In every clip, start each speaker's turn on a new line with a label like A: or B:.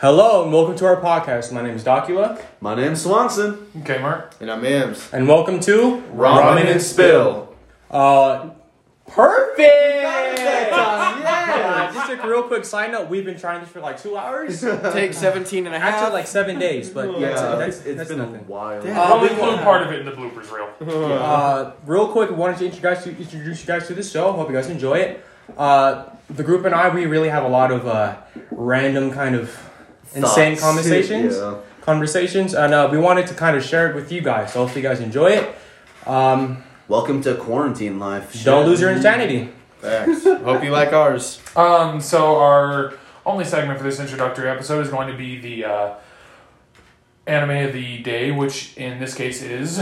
A: Hello and welcome to our podcast. My name is Docula,
B: My name's Swanson.
C: Okay, Mark.
D: And I'm Ems.
A: and welcome to
B: Ramen and Spill.
A: uh perfect.
B: Yeah.
A: Uh, just a real quick side note: We've been trying this for like two hours,
D: Take 17 and a half.
A: actually like seven days, but yeah, that's,
B: it's,
A: that's,
B: it's been a
A: nothing.
B: while.
D: Yeah.
C: I'll
A: we
C: include
A: will.
C: part of it in the bloopers reel.
A: Uh, real quick, wanted to introduce you, introduce you guys to this show. Hope you guys enjoy it. Uh, the group and I, we really have a lot of uh, random kind of insane
B: Thoughts.
A: conversations,
B: Yeah.
A: conversations, and uh, we wanted to kind of share it with you guys. So hopefully, you guys enjoy it. Um,
B: Welcome to quarantine life.
A: don't lose your insanity.
D: Facts. Hope you like ours.
C: Um, so our only segment for this introductory episode is going to be the uh, anime of the day, which in this case is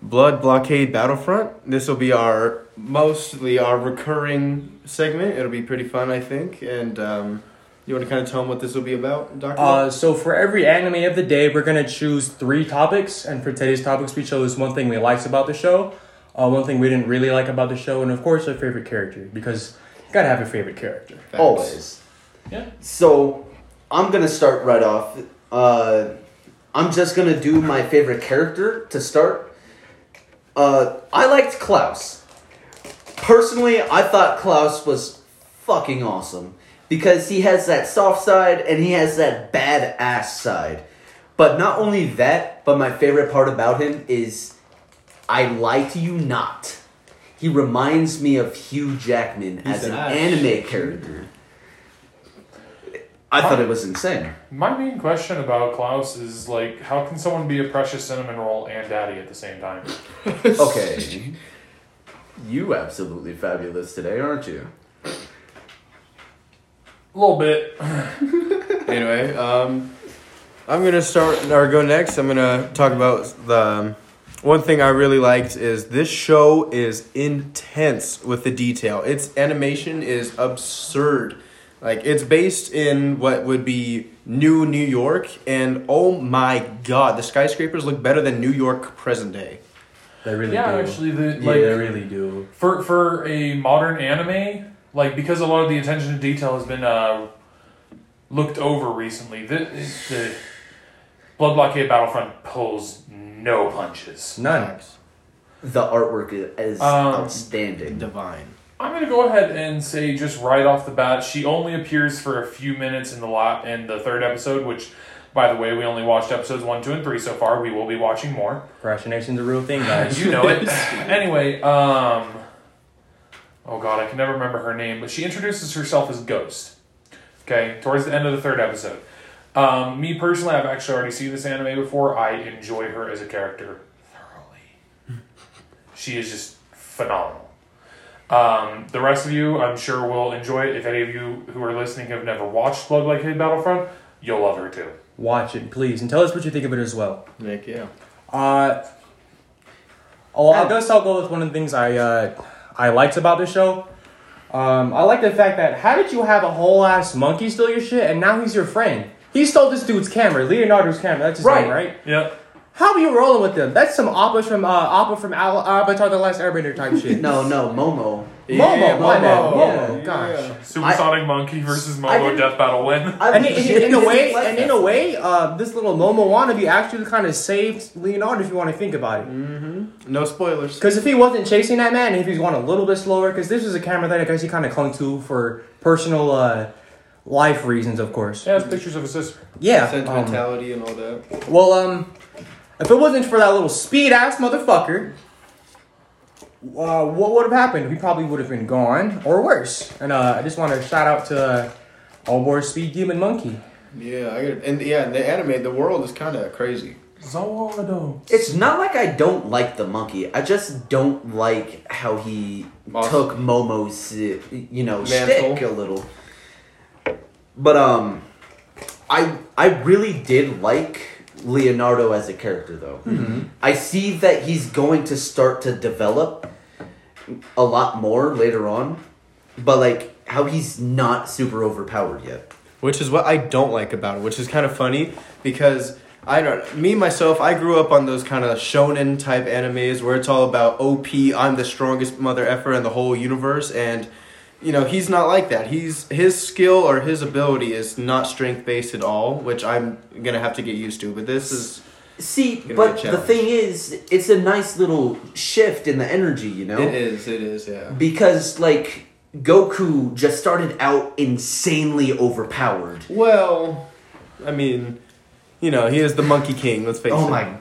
D: Blood Blockade Battlefront. This will be our mostly our recurring segment. It'll be pretty fun, I think. And um, you want to kind of tell them what this will be about, Doctor?
A: Uh, so for every anime of the day, we're gonna choose three topics, and for today's topics, we chose one thing we liked about the show, uh, one thing we didn't really like about the show, and of course, our favorite character because you gotta have your favorite character.
D: Facts.
B: Always.
C: Yeah.
B: So I'm gonna start right off. Uh, I'm just gonna do my favorite character to start. Uh, I liked Klaus. Personally, I thought Klaus was fucking awesome because he has that soft side and he has that badass side. But not only that, but my favorite part about him is I lie to you not. He reminds me of Hugh Jackman
D: He's
B: as an
A: "Ah,
D: Ash.
B: anime character. I thought it was insane.
C: my main question about Klaus is like, how can someone be a precious cinnamon roll and daddy at the same time?
B: Okay. You absolutely fabulous today, aren't you?
C: A little bit.
D: anyway, um, I'm gonna start or go next. I'm gonna talk about the um, one thing I really liked is this show is intense with the detail. Its animation is absurd. Like it's based in what would be new New York, and oh my god, the skyscrapers look better than New York present day.
A: They really
C: Yeah,
A: do.
C: actually, the
A: yeah,
C: like
A: they really do.
C: for for a modern anime, like because a lot of the attention to detail has been uh, looked over recently. The, the Blood Blockade Battlefront pulls no punches.
A: None.
B: The artwork i- is
C: Um,
B: outstanding.
D: Divine.
C: I'm gonna go ahead and say just right off the bat, she only appears for a few minutes in the lot in the third episode, which. By the way, we only watched episodes one, two, and three so far. We will be watching more.
A: Procrastination's a real thing, guys.
C: You know it. anyway, um, oh god, I can never remember her name, but she introduces herself as Ghost. Okay, towards the end of the third episode. Um, me personally, I've actually already seen this anime before. I enjoy her as a character thoroughly. she is just phenomenal. Um, the rest of you, I'm sure, will enjoy it. If any of you who are listening have never watched Blood Like Hate Battlefront, you'll love her too.
A: Watch it, please, and tell us what you think of it as well.
D: Nick, yeah.
A: Uh, oh, I guess I'll go with one of the things I uh, I liked about the show. Um, I like the fact that how did you have a whole ass monkey steal your shit and now he's your friend? He stole this dude's camera, Leonardo's camera. That's his
B: Right.
A: name, right?
C: Yep.
A: How are you rolling with them? That's some Appa from uh, Appa from Al- Avatar: The Last Airbender type shit.
B: No, no, Momo.
A: Momo,
D: Yeah,
A: my bad,
D: Momo,
A: Momo,
D: yeah,
A: gosh.
D: yeah.
C: Supersonic Monkey versus Momo
B: didn't-
C: Death Battle win.
B: I
A: And in,
B: legit
A: in, in a
B: didn't
A: way,
B: like
A: and
B: that.
A: in a way, uh, this little Momo wannabe actually kind of saved Leonardo if you want to think about it.
D: No spoilers.
A: Because if he wasn't chasing that man, if he's going a little bit slower, because this is a camera that I guess he kind of clung to for personal uh, life reasons, of course.
C: She has pictures of his sister.
A: Yeah. um,
D: Sentimentality and all that.
A: well, um, if it wasn't for that little speed ass motherfucker, uh, what would have happened? We probably would have been gone or worse. And uh, I just want to shout out to uh, All Board Speed Demon Monkey.
D: Yeah, I get it. And yeah, the anime, the world is kind of crazy.
C: Zoado.
B: It's not like I don't like the monkey. I just don't like how he
D: Awesome.
B: took Momo's, uh, you know,
D: Mantle.
B: shtick a little. But um, I I really did like Leonardo as a character though.
D: Mm-hmm.
B: I see that he's going to start to develop a lot more later on, but like how he's not super overpowered yet.
D: which is what I don't like about it, which is kind of funny because I don't me myself I grew up on those kind of shonen type animes where it's all about OP, I'm the strongest mother effer in the whole universe and you know he's not like that. He's his skill or his ability is not strength based at all, which I'm gonna have to get used to. But this is
B: See,
D: be a
B: but the
D: challenge.
B: thing is, it's a nice little shift in the energy, you know?
D: it is it is yeah.
B: Because, like, Goku just started out insanely overpowered.
D: Well, I mean, you know he is the Monkey King. Let's face it.
B: Oh my.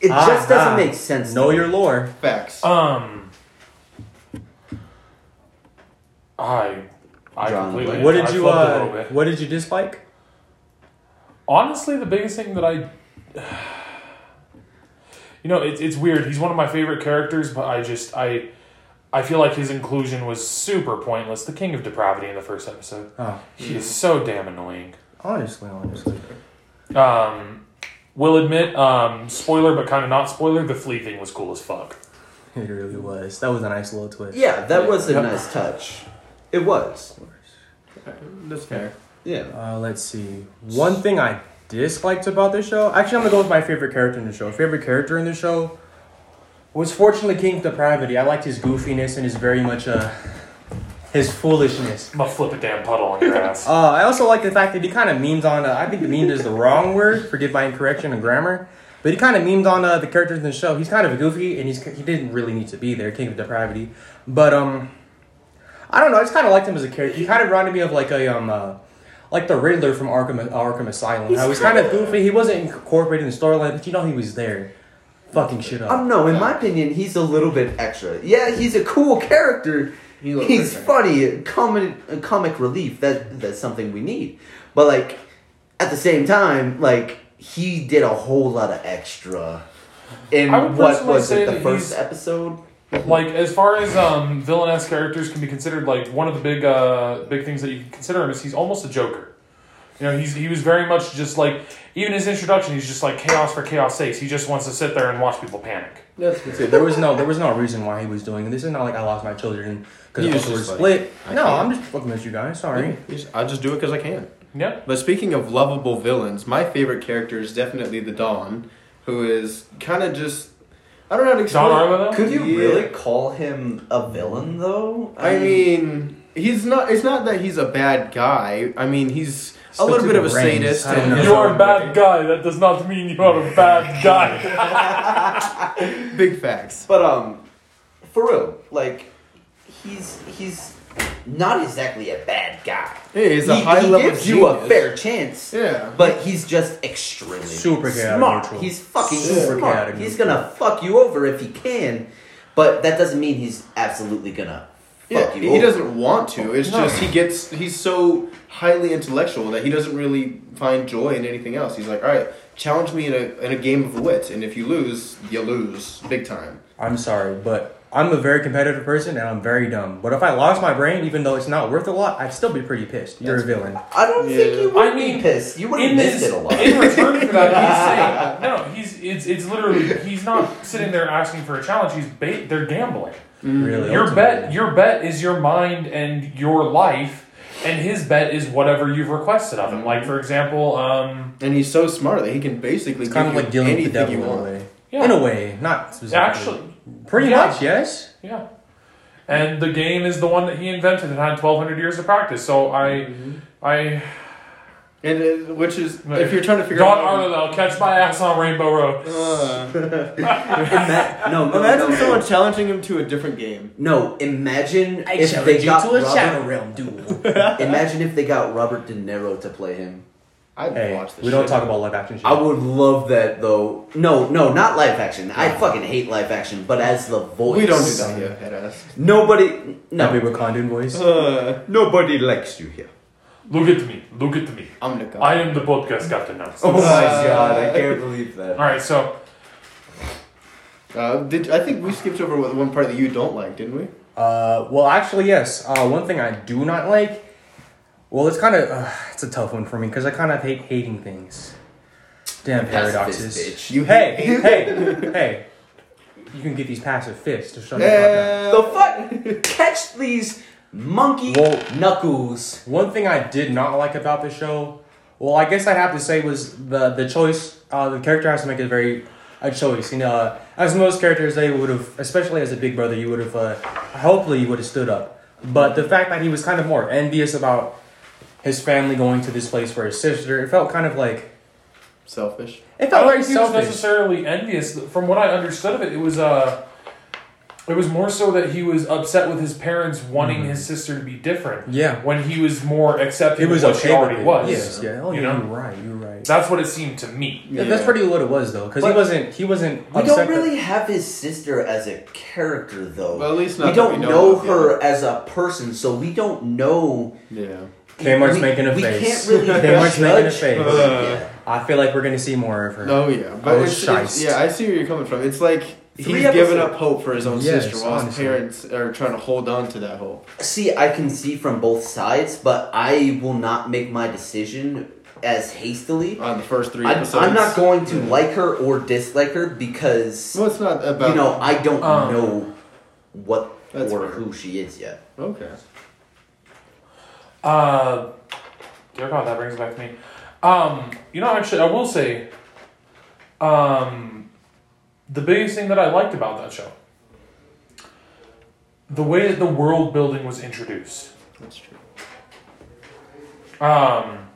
B: It
A: Ah,
B: just doesn't
A: ah.
B: make sense.
A: Know
B: to me.
A: your lore.
D: facts.
B: uh,
C: Um, I, I
B: John,
C: completely.
B: like,
A: What
C: I
A: did you
C: flubbed
A: uh,
C: a little bit.
A: What did you dislike?
C: Honestly, the biggest thing that I. You know, it's, it's weird. He's one of my favorite characters, but I just I I feel like his inclusion was super pointless. The king of depravity in the first episode.
A: Oh,
C: He is so damn annoying.
A: honestly, honestly.
C: Um will admit, um, spoiler but kinda not spoiler, the flea thing was cool as fuck.
A: It really was. That was a nice little twist.
B: Yeah, that was a
C: Yep.
B: nice touch. It was.
D: That's fair.
B: Yeah.
A: Uh, let's see. One thing I disliked about this show. Actually, I'm gonna go with my favorite character in the show. Favorite character in the show was fortunately King Depravity. I liked his goofiness and his very much uh his foolishness.
C: I'm gonna flip a damn puddle on your ass.
A: Uh, I also like the fact that he kind of memes on. Uh, I think memed is the wrong word. Forgive my incorrection in grammar. But he kind of memed on uh, the characters in the show. He's kind of goofy, and he's he didn't really need to be there, King of Depravity. But um, I don't know. I just kind of liked him as a character. He kind of reminded me of like a um, uh, like the Riddler from Arkham Arkham Asylum. How he's kind of goofy. He wasn't incorporated in the storyline, but you know he was there, fucking shit up.
B: Um, no, in my opinion, he's a little bit extra. Yeah, he's a cool character.
D: He looked
B: he's
D: perfect.
B: funny, comic, comic relief. That that's something we need. But like, at the same time, like he did a whole lot of extra. In
C: I would
B: what
C: personally
B: was
C: say
B: it? The
C: that
B: first
C: he's-
B: episode.
C: like as far as um villainous characters can be considered like one of the big uh big things that you can consider him is he's almost a joker you know he's he was very much just like even his introduction he's just like chaos for chaos sakes he just wants to sit there and watch people panic
D: That's good.
A: There was no there was no reason why he was doing this. Is not like I lost my children
D: He
A: because
D: was
A: we were
D: just like,
A: split.
D: I
A: no,
D: can't.
A: I'm just fucking with you guys. Sorry.
D: I just do it because I can.
C: yeah
D: But speaking of lovable villains, my favorite character is definitely the Dawn, who is kind of just. I don't know how to explain.
C: Don Arlo though
B: Could you
D: Yeah.
B: really call him a villain though?
D: I mean, he's not. It's not that he's a bad guy. I mean, he's a
A: Still
D: little
A: to
D: bit
A: the
D: of a
A: reins.
D: sadist.
A: I don't
D: and-
A: know.
C: you're a bad guy that does not mean you are a bad guy
D: Big facts.
B: But um, for real, like he's he's not exactly a bad guy.
D: Hey, he's a high
B: he
D: level
B: gives you a
D: genius.
B: fair chance.
D: Yeah.
B: But he's just extremely
A: Super chaotic
B: smart.
A: neutral.
B: He's fucking
A: Super
B: smart.
A: chaotic
B: He's
A: neutral.
B: gonna fuck you over if he can, but that doesn't mean he's absolutely gonna fuck
D: Yeah,
B: you
D: he
B: over.
D: doesn't want to. It's
C: No.
D: just he gets. He's so highly intellectual that he doesn't really find joy in anything else. He's like, all right, challenge me in a in a game of wit, and if you lose, you lose big time.
A: I'm sorry, but I'm a very competitive person and I'm very dumb. But if I lost my brain, even though it's not worth a lot, I'd still be pretty pissed. You're a villain.
B: I don't think
D: Yeah.
B: you would
C: I
B: be
C: mean,
B: pissed. You would have
C: in
B: missed
C: this
B: it a lot.
C: in return for that he's saying no he's it's it's literally he's not sitting there asking for a challenge he's bait they're gambling
D: Mm-hmm.
A: Really,
C: Your bet,
A: ultimately.
C: your bet is your mind and your life, and his bet is whatever you've requested of him. Like
D: Mm-hmm.
C: for example, um,
D: And he's so smart that he can basically
A: It's kind of
D: give you
A: like dealing with the
D: anything
A: devil
D: you
A: in a
D: want.
A: way.
C: yeah,
A: In a way, not specifically.
C: actually,
A: pretty
C: yeah.
A: much, yes.
C: yeah. And the game is the one that he invented and had twelve hundred years of practice. So I, I
D: And uh, which is Mm-hmm. if you're trying to figure
C: Don
D: out.
C: Arlo, catch my ass on Rainbow Road.
D: Uh,
B: Ima- no, no,
D: imagine
B: no,
D: someone challenging him to a different game.
B: No, imagine if they got Robert,
A: realm duel.
B: imagine if they got Robert De Niro to play him.
D: I'd
A: hey,
D: watch this.
A: we don't
D: shit.
A: talk about live action shit.
B: I would love that though. No, no, not live action. I fucking hate live action, but as the voice.
D: We don't do that here at us.
B: Nobody.
A: That'd
B: No.
A: be Wakandan voice.
D: Uh,
B: Nobody likes you here.
C: Look at me, look at me.
D: I'm gonna go.
C: I am the podcast captain now.
B: Oh my
D: Uh,
B: god, I can't believe
C: All
B: that.
C: right, so
D: Uh, did I think we skipped over what- one part that you don't like, didn't we?
A: Uh, well, actually, yes. Uh, one thing I do not like. Well, it's kind of uh, it's a tough one for me because I kind of hate hating things. Damn
B: Pacifist
A: paradoxes.
B: bitch.
D: You
A: Hey, hey, hey! You can get these passive fists to shut Uh, the fuck
B: The fuck? Catch these monkey
A: Whoa.
B: knuckles.
A: up. One thing I did not like about the show, well, I guess I have to say was the the choice. Uh, the character has to make a very a choice. You know, uh, as most characters, they would have, especially as a big brother, you would have. Uh, hopefully, you would have stood up. But the fact that he was kind of more envious about his family going to this place for his sister, it felt kind of like
D: Selfish.
A: it felt
C: I don't
A: very
C: think he was
A: selfish.
C: necessarily envious. From what I understood of it, it was uh, it was more so that he was upset with his parents wanting his sister to be different.
A: Mm-hmm. Yeah.
C: when he was more accepting.
A: It was
C: of what
A: okay.
C: she
A: with
C: already
A: it.
C: was.
A: Yes, yeah. Oh,
C: You
A: you
C: know?
A: are right. You're right.
C: That's what it seemed to me.
A: Yeah, That's
D: Yeah.
A: pretty what it was though, because he
B: But-
A: wasn't. He wasn't.
B: We
A: upset
B: don't
A: that-
B: really have his sister as a character, though.
D: Well, at least not
B: we
D: that
B: don't
D: we know
B: know
D: of, yeah.
B: her as a person, so we don't know.
D: Yeah.
A: Kmart's
B: we,
A: making a
B: we
A: face.
B: can't really
A: Kmart's making a
B: judge-
A: face.
D: Uh.
B: Yeah.
A: I feel like we're gonna see more of her.
D: No, yeah, but
A: Oh,
D: it's, it's,
A: shiest.
D: yeah, I see where you're coming from. It's like he's
B: Three
D: giving
B: episodes.
D: up hope for his own
A: Yes,
D: sister while his
A: honestly.
D: parents are trying to hold on to that hope.
B: See, I can see from both sides, but I will not make my decision as hastily.
D: On the first three
B: I'm,
D: episodes,
B: I'm not going to like her or dislike her because
D: Well, it's not about
B: you know I don't
A: Oh.
C: Um,
B: know what
D: That's
B: or
D: fair.
B: who she is yet.
D: Okay.
C: Uh, dear God, that brings it back to me. Um, you know, actually, I will say, um, the biggest thing that I liked about that show, the way that the world building was introduced.
D: That's true.
C: Um,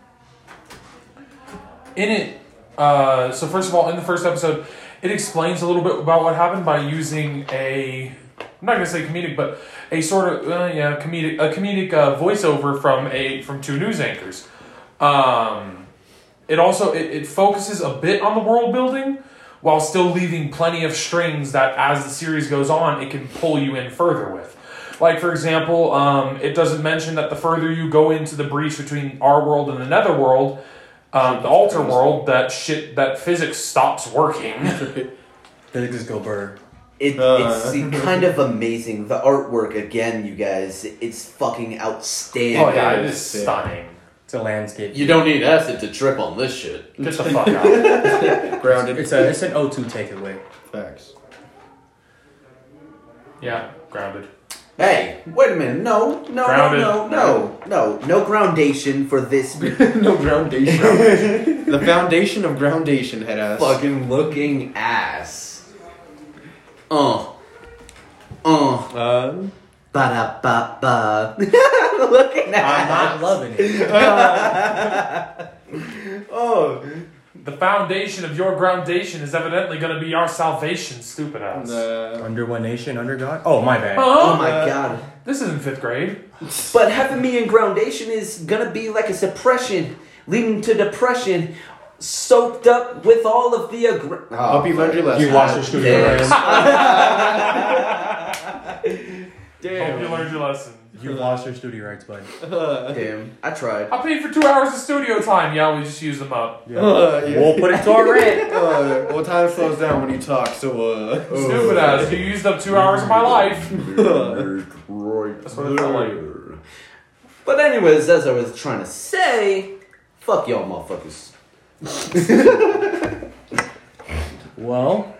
C: in it, uh, so first of all, in the first episode, it explains a little bit about what happened by using a, I'm not gonna say comedic, but a sort of uh, yeah comedic a comedic uh, voiceover from a from two news anchors. Um, it also it, it focuses a bit on the world building while still leaving plenty of strings that as the series goes on it can pull you in further with like for example um, it doesn't mention that the further you go into the breach between our world and the nether world um, the alter world that shit that physics stops working Oh,
A: They just go burr.
B: It,
D: Uh.
B: It's kind of amazing. The artwork again, you guys. It's fucking outstanding.
C: oh yeah
D: it
C: it is
D: is sick.
C: stunning
A: It's a landscape.
B: don't need acid to trip on this shit.
C: get the fuck out
D: Grounded
A: It's a it's an O2 takeaway.
D: facts.
C: yeah grounded
B: Hey, wait a minute. No, no,
C: Grounded.
B: no, no, no, no, no groundation for this
D: no groundation. the foundation of groundation had us.
B: fucking looking ass. Uh. Uh.
D: Um,
B: Ba da ba ba. looking
A: I'm
B: ass.
A: not loving it.
B: Oh.
C: the foundation of your groundation is evidently going to be our salvation stupid ass
D: the-
A: Under one nation, under God. Oh my bad.
B: Oh
C: Huh?
B: my
D: Uh,
B: god.
C: this isn't fifth grade
B: But having me in groundation is gonna be like a suppression, leading to depression, soaked up with all of the aggr- Oh,
D: hope you learned your lesson.
A: You watched your student
B: Yes.
A: already.
C: hope you learned your lesson
A: You lost your studio rights, bud.
B: Damn, I tried.
C: I paid for two hours of studio time. Yeah, we just use them up.
D: Uh, yeah.
A: We'll put it to our rent.
D: Uh, well, time slows down when you talk, so uh.
C: Stupid ass, you used up two hours of my life.
B: That's
C: what it felt like.
B: But anyways, as I was trying to say, fuck y'all motherfuckers.
A: Well,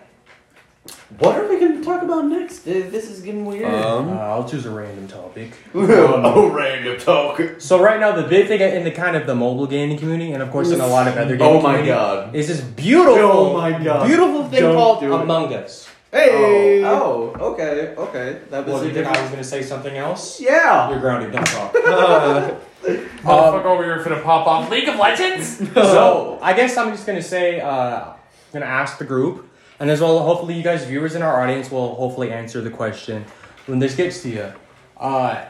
B: What are we gonna talk about next? Uh, This is getting weird.
A: uh,
D: Um.
A: I'll choose a random topic.
D: oh, random talk.
A: So right now, the big thing in the kind of the mobile gaming community, and of course in a lot of other gaming
B: Oh my
A: community,
B: God.
A: is this beautiful,
D: Oh my God.
A: beautiful thing
D: Don't
A: called
D: do it.
A: Among Us.
D: Hey.
B: Oh, oh, okay, okay. That was
A: Well,
B: a
A: you think I
B: different.
A: was gonna say something else?
B: Yeah.
A: You're grounded. Don't talk.
D: Uh,
C: Motherfucker over here finna pop off League of Legends?
A: so I guess I'm just gonna say, uh, I'm gonna ask the group, and as well, hopefully you guys, viewers in our audience, will hopefully answer the question when this gets to you. Uh,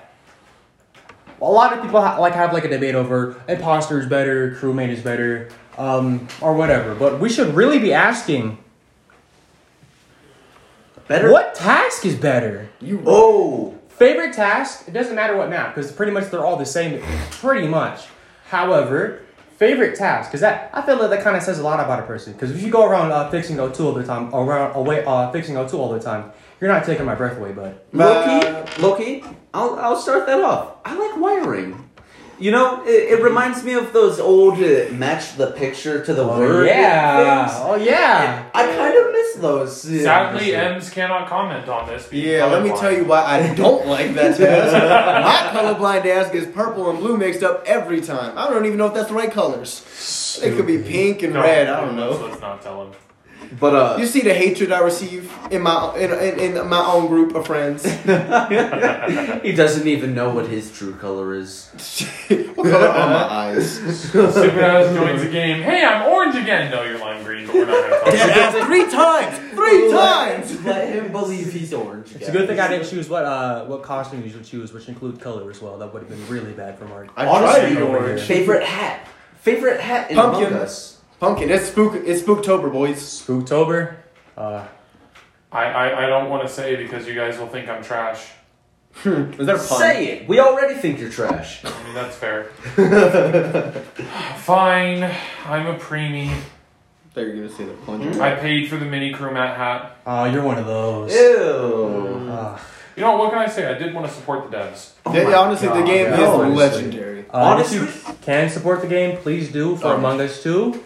A: a lot of people ha- like have like a debate over imposter is better, crewmate is better, um, or whatever. But we should really be asking,
B: Better.
A: what task is better?
D: you.
B: Oh.
A: Favorite task? It doesn't matter what map, because pretty much they're all the same, pretty much. However, favorite task, because that I feel like that kind of says a lot about a person. Because if you go around uh, fixing O2 all the time, around away uh, fixing O2 all the time, you're not taking my breath away, bud.
D: Uh,
B: Loki, Loki, I'll, I'll start that off. I like wiring. You know, it, it reminds me of those old uh, match the picture to the word.
A: Oh, yeah.
B: things.
A: Oh yeah.
B: I kind of miss those.
C: Sadly, Ems cannot comment on this. because
D: Yeah, let me
C: colorblind.
D: tell you why I don't like that task. My colorblind ass gets purple and blue mixed up every time. I don't even know if that's the right colors. It could be pink and
C: No,
D: red. I don't
C: let's-
D: know.
C: Let's not tell him.
B: But uh,
D: You see the hatred I receive in my in, in, in my own group of friends.
B: he doesn't even know what his true color is.
D: what color are my eyes?
C: Supernatural joins the game. Hey, I'm orange again. No, you're lime green, but we're not going to talk about
E: asked three times.
D: Three times.
B: Let him believe he's orange.
A: It's a good thing I didn't choose what uh what costume you should choose, which include color as well. That would have been really bad for Mark.
E: I
B: Honestly,
E: tried it over here.
B: favorite hat. Favorite hat in
D: Pumpkin.
B: Among Us.
D: Pumpkin. It's spook. It's Spooktober, boys.
A: Spooktober. Uh,
C: I, I, I don't want to say because you guys will think I'm trash.
D: Is that a pun?
B: Say it. We already think you're trash.
C: I mean, that's fair. Fine. I'm a preemie.
D: They're gonna say the plunger.
C: I paid for the mini crew mat hat.
A: oh, you're one of those.
B: Ew.
A: Uh,
C: You know, what can I say? I did want to support the devs.
D: Yeah, yeah, honestly, the
A: God.
D: game
A: Yeah,
D: is
B: honestly.
D: legendary.
A: uh, if
B: Honestly-
A: you can support the game, please do for Among Us 2.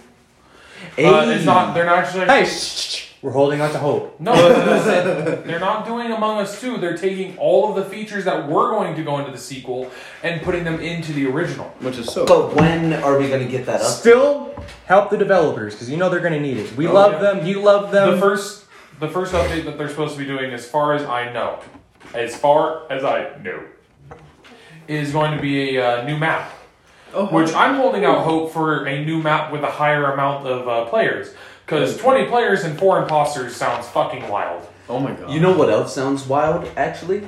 C: Uh, it's not, they're not actually.
A: Hey, shh, shh, shh. we're holding on to hope.
C: No, that's it. they're not doing Among Us 2. They're taking all of the features that were going to go into the sequel and putting them into the original.
D: Which is so.
B: But when are we gonna get that up?
A: Still help the developers because you know they're gonna need it. We love
C: yeah.
A: them. You love
C: The
A: them.
C: first, the first update that they're supposed to be doing, as far as I know, as far as I know, is going to be a uh, new map.
D: Oh,
C: Which I'm holding out hope for a new map with a higher amount of uh, players. Because 20 players and 4 imposters sounds fucking wild.
D: oh my god.
B: You know what else sounds wild, actually?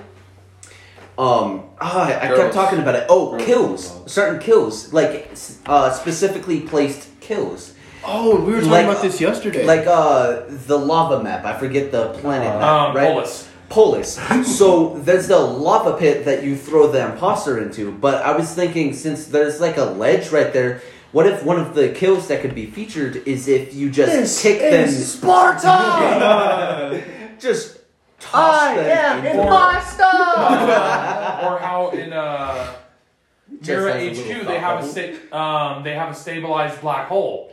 B: Um, ah, I, I kept
D: Girls.
B: talking about it. Oh,
D: Girls.
B: kills. Certain kills. Like, s- uh, specifically placed kills.
D: Oh, we were talking
B: Like-
D: about this yesterday.
B: Like, uh, the lava map. I forget the planet
D: Uh,
B: map,
C: Um,
B: Uh, right?
C: Polis.
B: Polis. so, there's the lava pit that you throw the imposter into, but I was thinking since there's like a ledge right there, what if one of the kills that could be featured is if you just kick
A: is
B: them.
A: Sparta.
B: just toss
A: I
B: them
A: am
B: into-
C: Uh, or how in uh,
B: Just
C: Mira
B: has a little
C: HQ they have a
B: bubble.
C: sta- um, they have a stabilized black hole.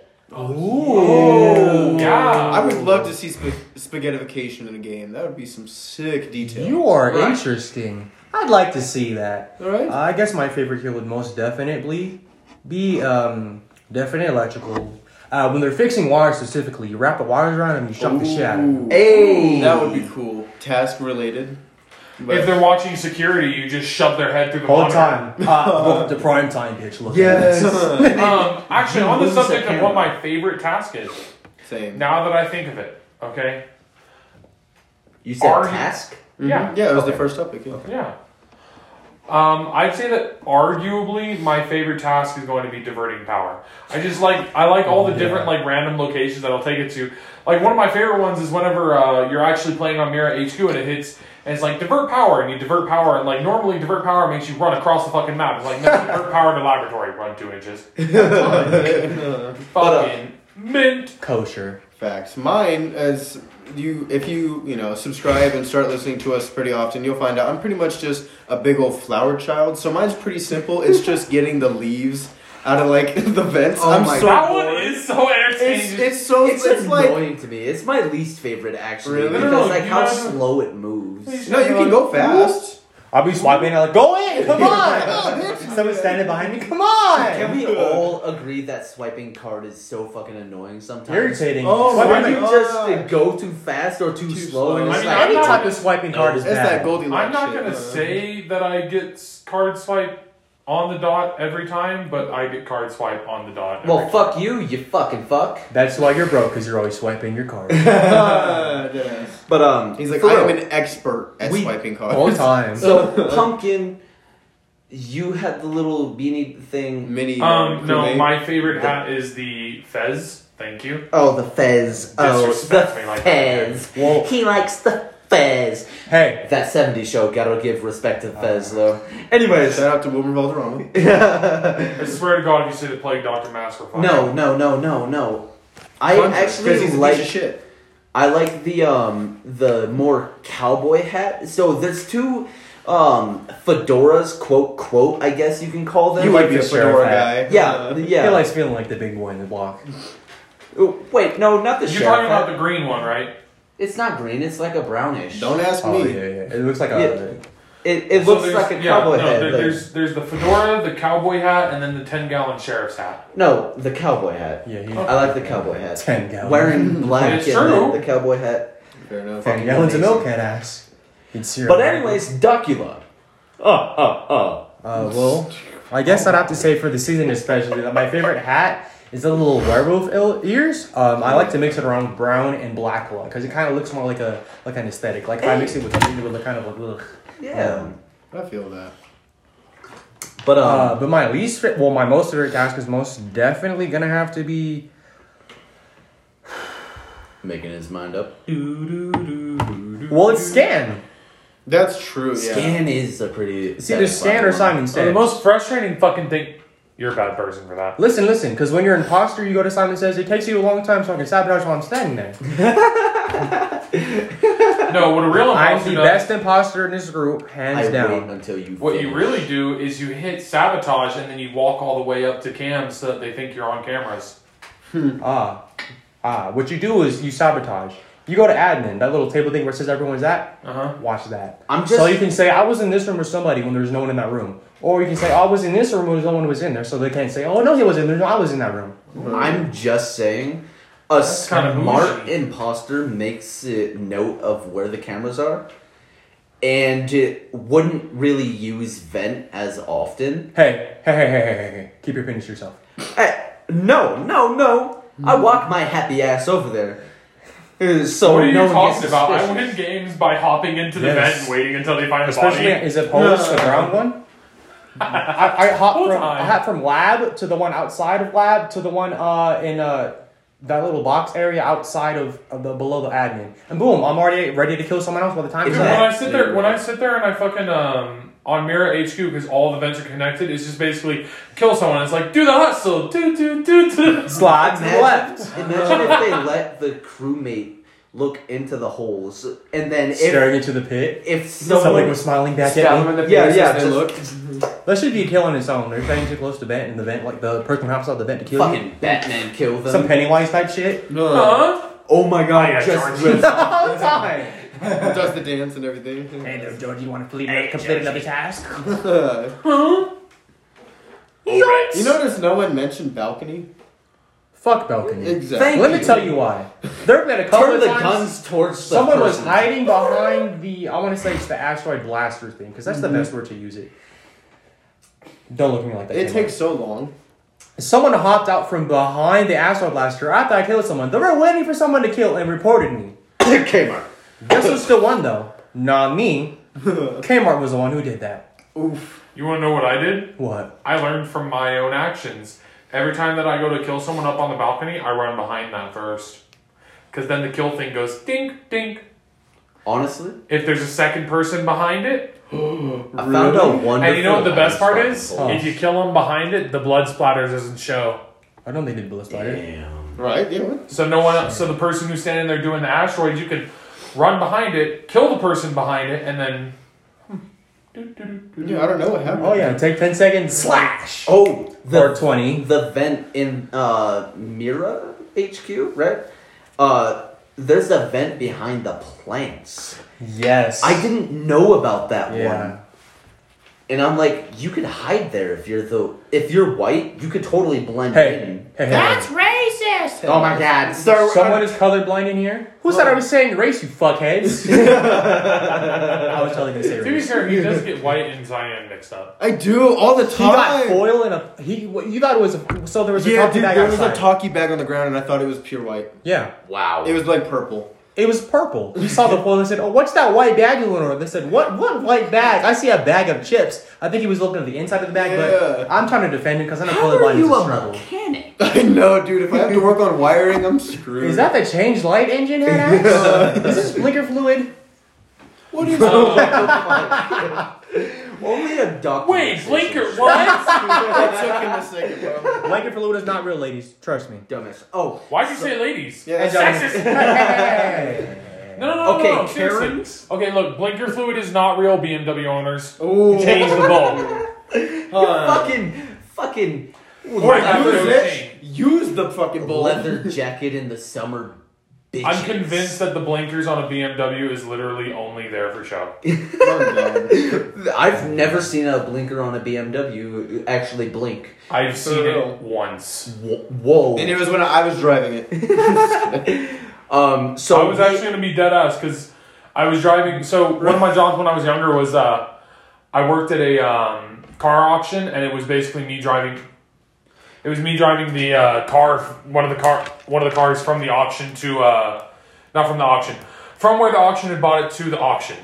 A: Ooh.
C: Yeah.
D: I would love to see sp- spaghettification in a game. That would be some sick detail.
A: You are
D: Right.
A: interesting. I'd like to see that.
D: All right.
A: Uh, I guess my favorite here would most definitely be um, definite electrical. Uh, when they're fixing wires specifically, you wrap the wires around them, you shock the shit out of them.
D: Ooh.
B: Hey.
D: that would be cool. Task related. But
C: If they're watching security, you just shove their head through the
A: Whole
C: monitor.
A: time. Uh, the prime time, bitch. Look.
D: yes.
C: Um, actually, on the
B: Lose that
C: subject of
B: camera.
C: what my favorite task is,
D: Same.
C: now that I think of it, okay,
B: You said
C: Are you-
B: task?
D: Mhm.
C: yeah.
D: Yeah, it was the first topic. Yeah.
C: yeah. Um, I'd say that arguably my favorite task is going to be diverting power. I just like I like all the different like random locations that I'll take it to. Like one of my favorite ones is whenever uh, you're actually playing on Mira HQ and it hits and it's like divert power and you divert power and like normally divert power makes you run across the fucking map. It's like no divert power to laboratory, run two inches. Fucking mint.
A: Kosher.
D: Facts. Mine as you if you, you know, subscribe and start listening to us pretty often, you'll find out I'm pretty much just a big old flower child. So mine's pretty simple. It's just getting the leaves out of like the vents.
B: Oh
D: I'm
B: my
D: so
C: that
D: bored.
C: one is so entertaining.
D: it's, it's so it's, like
B: annoying to me. It's my least favorite actually.
D: Really?
B: Because
C: No, no, no,
B: like
C: you
B: how
C: gotta-
B: slow it moves.
D: No, you can go fast.
A: I'll be swiping. I'm like, go in. Come on. Someone's standing behind me. Come on.
B: Can we all agree that swiping card is so fucking annoying sometimes?
A: Irritating.
D: Oh,
B: Why
A: swiping,
B: don't you
D: God.
B: just uh, go too fast or too,
D: Too
B: slow?
D: slow.
B: And
C: I
B: it's
C: mean,
B: like,
A: any
C: I'm not-
A: type of swiping card is
D: It's that
A: bad.
D: Goldilocks
C: I'm not
D: shit.
C: gonna
D: Uh,
C: say that I get s- card swipe on the dot every time, but I get card swipe on the dot. Every
B: well,
C: time.
B: fuck you, you fucking fuck.
A: That's why you're broke because you're always swiping your card
D: uh, deadass.
B: But um,
D: He's like,
B: for
D: I am
B: real.
D: an expert at
B: We-
D: swiping cards.
A: all the time.
B: so pumpkin. You had the little beanie thing.
D: Mini. uh,
C: Um, no,
D: crewmate.
C: my favorite hat is the Fez. Thank you.
B: Oh, the fez. Oh, the
C: Disrespect me like that.
B: fez.
A: Well-
B: He likes the fez.
A: hey,
B: That 70 show gotta give respect to Fez though. Anyways.
D: Shout out to Wilmer Valderrama.
C: I swear to God, if you say the plague Doctor Mask, we're fine.
B: No, no, no, no, no. I
D: Hunter, 'cause
B: actually
D: he's a
B: like
D: piece of shit.
B: I like the um the more cowboy hat. So there's two um fedoras quote quote I guess you can call them.
D: You like
A: be
D: the
A: a sheriff
D: fedora guy. Uh,
A: hat.
B: yeah, yeah.
A: he likes feeling like the big boy in the block.
B: Oh, Wait, no, not the
C: You're
B: sheriff
C: talking about
B: hat.
C: the green one, right?
B: It's not green. It's like a brownish.
D: Don't ask
A: Oh yeah,
D: me.
A: yeah. It looks like a
B: It, it
C: So
B: looks
C: there's-
B: like a
C: yeah,
B: cowboy
C: no,
B: hat.
C: there-
B: like-
C: there's there's the fedora, the cowboy hat, and then the ten gallon sheriff's hat.
B: no, the cowboy hat.
A: Yeah, he,
B: I like the cowboy hat.
A: ten gallons.
B: Wearing black
C: It's
B: and
C: true.
B: then the cowboy hat.
F: Fair enough.
A: ten gallons of milk head ass. You'd see her
B: But
A: right?
B: anyways, Docula.
C: Uh,
B: Oh, oh, oh.
A: Uh, well, I guess I'd have to say for the season especially that my favorite hat is the little werewolf il- ears. Um, I like to mix it around brown and black one because it kind of looks more like a like an aesthetic. Like if I mix it with green, it would look kind of like ugh.
B: Yeah.
A: Um,
F: I feel that.
B: but um,
A: Uh, but my least fa- well, my most favorite task is most definitely gonna have to be
B: making his mind up.
A: well, it's scan.
F: That's true. Yeah.
B: Scan is a pretty.
A: It's either
B: satisfying
A: scan or
B: one.
A: Simon
C: So
A: Says.
C: the most frustrating fucking thing. You're a bad person for that.
A: Listen, listen, because when you're an imposter, you go to Simon Says. It takes you a long time so I can sabotage while I'm standing there.
C: No, what a real
A: I'm
C: imposter
A: the
C: does.
A: best imposter in this group, hands
B: I
A: down.
B: wait until you.
C: What you
B: finish.
C: really do is you hit sabotage and then you walk all the way up to cams so that they think you're on cameras.
A: Ah, ah. What you do is you sabotage. You go to admin, that little table thing where it says everyone's at.
C: Uh huh.
A: Watch that.
B: I'm just-
A: so you can say I was in this room with somebody when there's no one in that room, or you can say I was in this room when no one was in there, so they can't say oh no he was in there, no I was in that room.
B: I'm just saying, a
C: kinda
B: smart
C: bougie.
B: imposter makes a note of where the cameras are, and it wouldn't really use vent as often.
A: Hey, hey, hey, hey, hey, hey, hey. keep your opinions to yourself.
B: Eh, no, no, no!
A: Mm.
B: I walk my happy ass over there, Eh, so
C: what are you
B: no one
C: talking
B: gets
C: about? I
B: suspicious.
C: win games by hopping into the
A: Yes.
C: vent and waiting until they find a
A: Especially
C: body.
A: is it Polish the brown one? I, I hop
C: Full
A: from I
C: time.
A: hop from lab to the one outside of lab to the one uh in uh that little box area outside of, of the below the admin, and boom, I'm already ready to kill someone else by the time.
C: Dude,
A: it's
B: Exactly.
A: up.
C: when I sit there, when I sit there and I fucking um on Mirror HQ because all the vents are connected, it's just basically kill someone. It's like do the hustle, do do do do.
A: Slide to the
B: Imagine-
A: left.
B: Imagine if they let the crewmate look into the holes, and then if
A: Staring into the pit.
B: if
A: Somebody
B: someone
A: was smiling back
F: Stab
A: at
F: them
A: me.
F: in the
B: Yeah,
F: face
B: yeah,
F: as They
B: just-
F: look.
A: That should be a kill on its own. They're getting too close to vent, and the vent, like the person hops out the vent to kill you.
B: fucking Batman kill them,
A: Some Pennywise type shit.
C: Huh?
B: oh my god,
C: Oh, yeah,
B: just
C: George.
A: The whole time.
F: Does the dance and everything.
A: Hey there, George. You want to complete, complete another task?
F: you notice no one mentioned balcony.
A: Fuck balcony.
F: Exactly.
A: Let me tell you why. There have been a couple
B: Turn
A: of
B: the
A: times
B: guns towards the
A: someone was
B: person.
A: hiding behind the. I want to say it's the asteroid blaster thing because that's the best
B: Mm-hmm.
A: word to use it. Don't look at me like that.
F: It
A: Taylor.
F: takes so long.
A: Someone hopped out from behind the asteroid blaster after I killed someone. They were waiting for someone to kill and reported me.
B: Kmart.
A: Guess who's still won though? Not me. Kmart was the one who did that.
C: You want to know what I did?
A: What?
C: I learned from my own actions. Every time that I go to kill someone up on the balcony, I run behind that first. Because then the kill thing goes dink, dink.
B: Honestly,
C: If there's a second person behind it,
B: I found out wonderful.
C: and you know what the best part is?
A: Oh.
C: If you kill them behind it, the blood splatter doesn't show.
A: I don't think they did Bliss Spider.
B: Damn.
F: Right? Yeah. what?
C: So no one else, so the person who's standing there doing the asteroid, you could run behind it, kill the person behind it, and then
F: Yeah, I don't know what happened.
A: Oh yeah, take ten seconds. Slash.
B: Oh, the
A: Or twenty.
B: the vent in uh Mira HQ, right? Uh, there's a vent behind the plants.
A: Yes.
B: I didn't know about that
A: Yeah.
B: one, and I'm like, you could hide there if you're the if you're white, you could totally blend
A: Hey.
B: in.
A: hey, hey.
B: racist. Oh my god, sir.
A: Someone is colorblind in here? Who said I was saying race, you fuckheads? I was totally gonna say
C: to be
A: race.
C: fair, he does get white and cyan mixed up.
F: I do all the time.
A: He got foil in a he. what- You thought it was a so there was a
F: yeah,
A: yeah,
F: dude,
A: bag
F: there was
A: outside.
F: a talkie bag on the ground, and I thought it was pure white.
A: yeah,
B: Wow.
F: It was like purple.
A: it was purple. You saw the foil and said, "Oh, what's that white bag you went over?" They said, "What? What white bag? I see a bag of chips." I think he was looking at the inside of the bag,
F: Yeah.
A: but I'm trying to defend him because I know
B: How
A: colorblind
B: are
A: is
B: you
A: a
B: a
A: struggle.
B: mechanic?
F: I know, dude. If I have to work on wiring, I'm screwed.
A: Is that the change light engine head axe? is this blinker fluid?
F: what is?
B: Only a duck.
C: Wait, Blinker, what?
F: that took him a second, bro.
A: Blinker fluid is not real, ladies. Trust me.
B: Dumbass. Oh,
C: Why'd you say ladies?
F: Yeah, that's-
C: Sexist. No, no, no,
B: Okay,
C: no, no. seriously.
B: Karens?
C: Okay, look, blinker fluid is not real. BMW owners
F: Ooh.
C: change the bulb.
B: You're
C: Uh,
B: fucking, fucking
C: Or
B: leather,
C: use
B: Oh,
F: Use the fucking bullet.
B: leather jacket in the summer bitches.
C: I'm convinced that the blinkers on a BMW is literally only there for show.
B: I've never seen a blinker on a BMW actually blink.
C: I've
F: For
C: seen
F: real.
C: it once.
B: Wh- Whoa.
F: and it was when I was driving it.
B: um. So
C: I was actually gonna be dead ass because I was driving. So one of my jobs when I was younger was uh, I worked at a um, car auction, and it was basically me driving. It was me driving the uh, car, one of the car, one of the cars from the auction to, uh, not from the auction, from where the auction had bought it to the auction.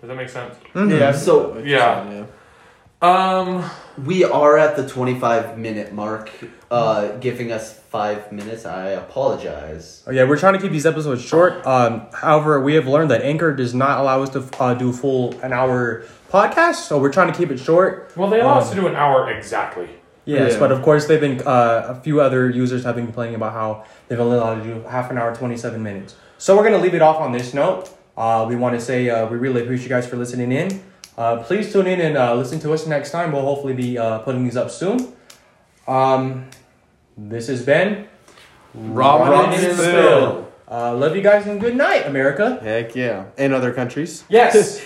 C: Does that make sense?
F: Yeah.
B: So-
C: Yeah. Um,
B: we are at the twenty-five minute mark. Uh, giving us five minutes. I apologize.
A: Oh, yeah, we're trying to keep these episodes short. Um, however, we have learned that Anchor does not allow us to uh, do full an hour podcast, so we're trying to keep it short.
C: well, they allow us to do an hour exactly.
A: Yes,
F: Yeah.
A: but of course they've been uh, a few other users have been complaining about how they've only allowed to do half an hour, twenty seven minutes. So we're gonna leave it off on this note. Uh, we want to say uh, we really appreciate you guys for listening in. Uh, please tune in and uh, listen to us next time. We'll hopefully be uh, putting these up soon. Um, this has been
D: Ramen
A: Ramen
D: in
A: in
D: the
A: the
D: Spill.
A: uh, love you guys and good night, America.
D: Heck yeah. And other countries.
A: Yes.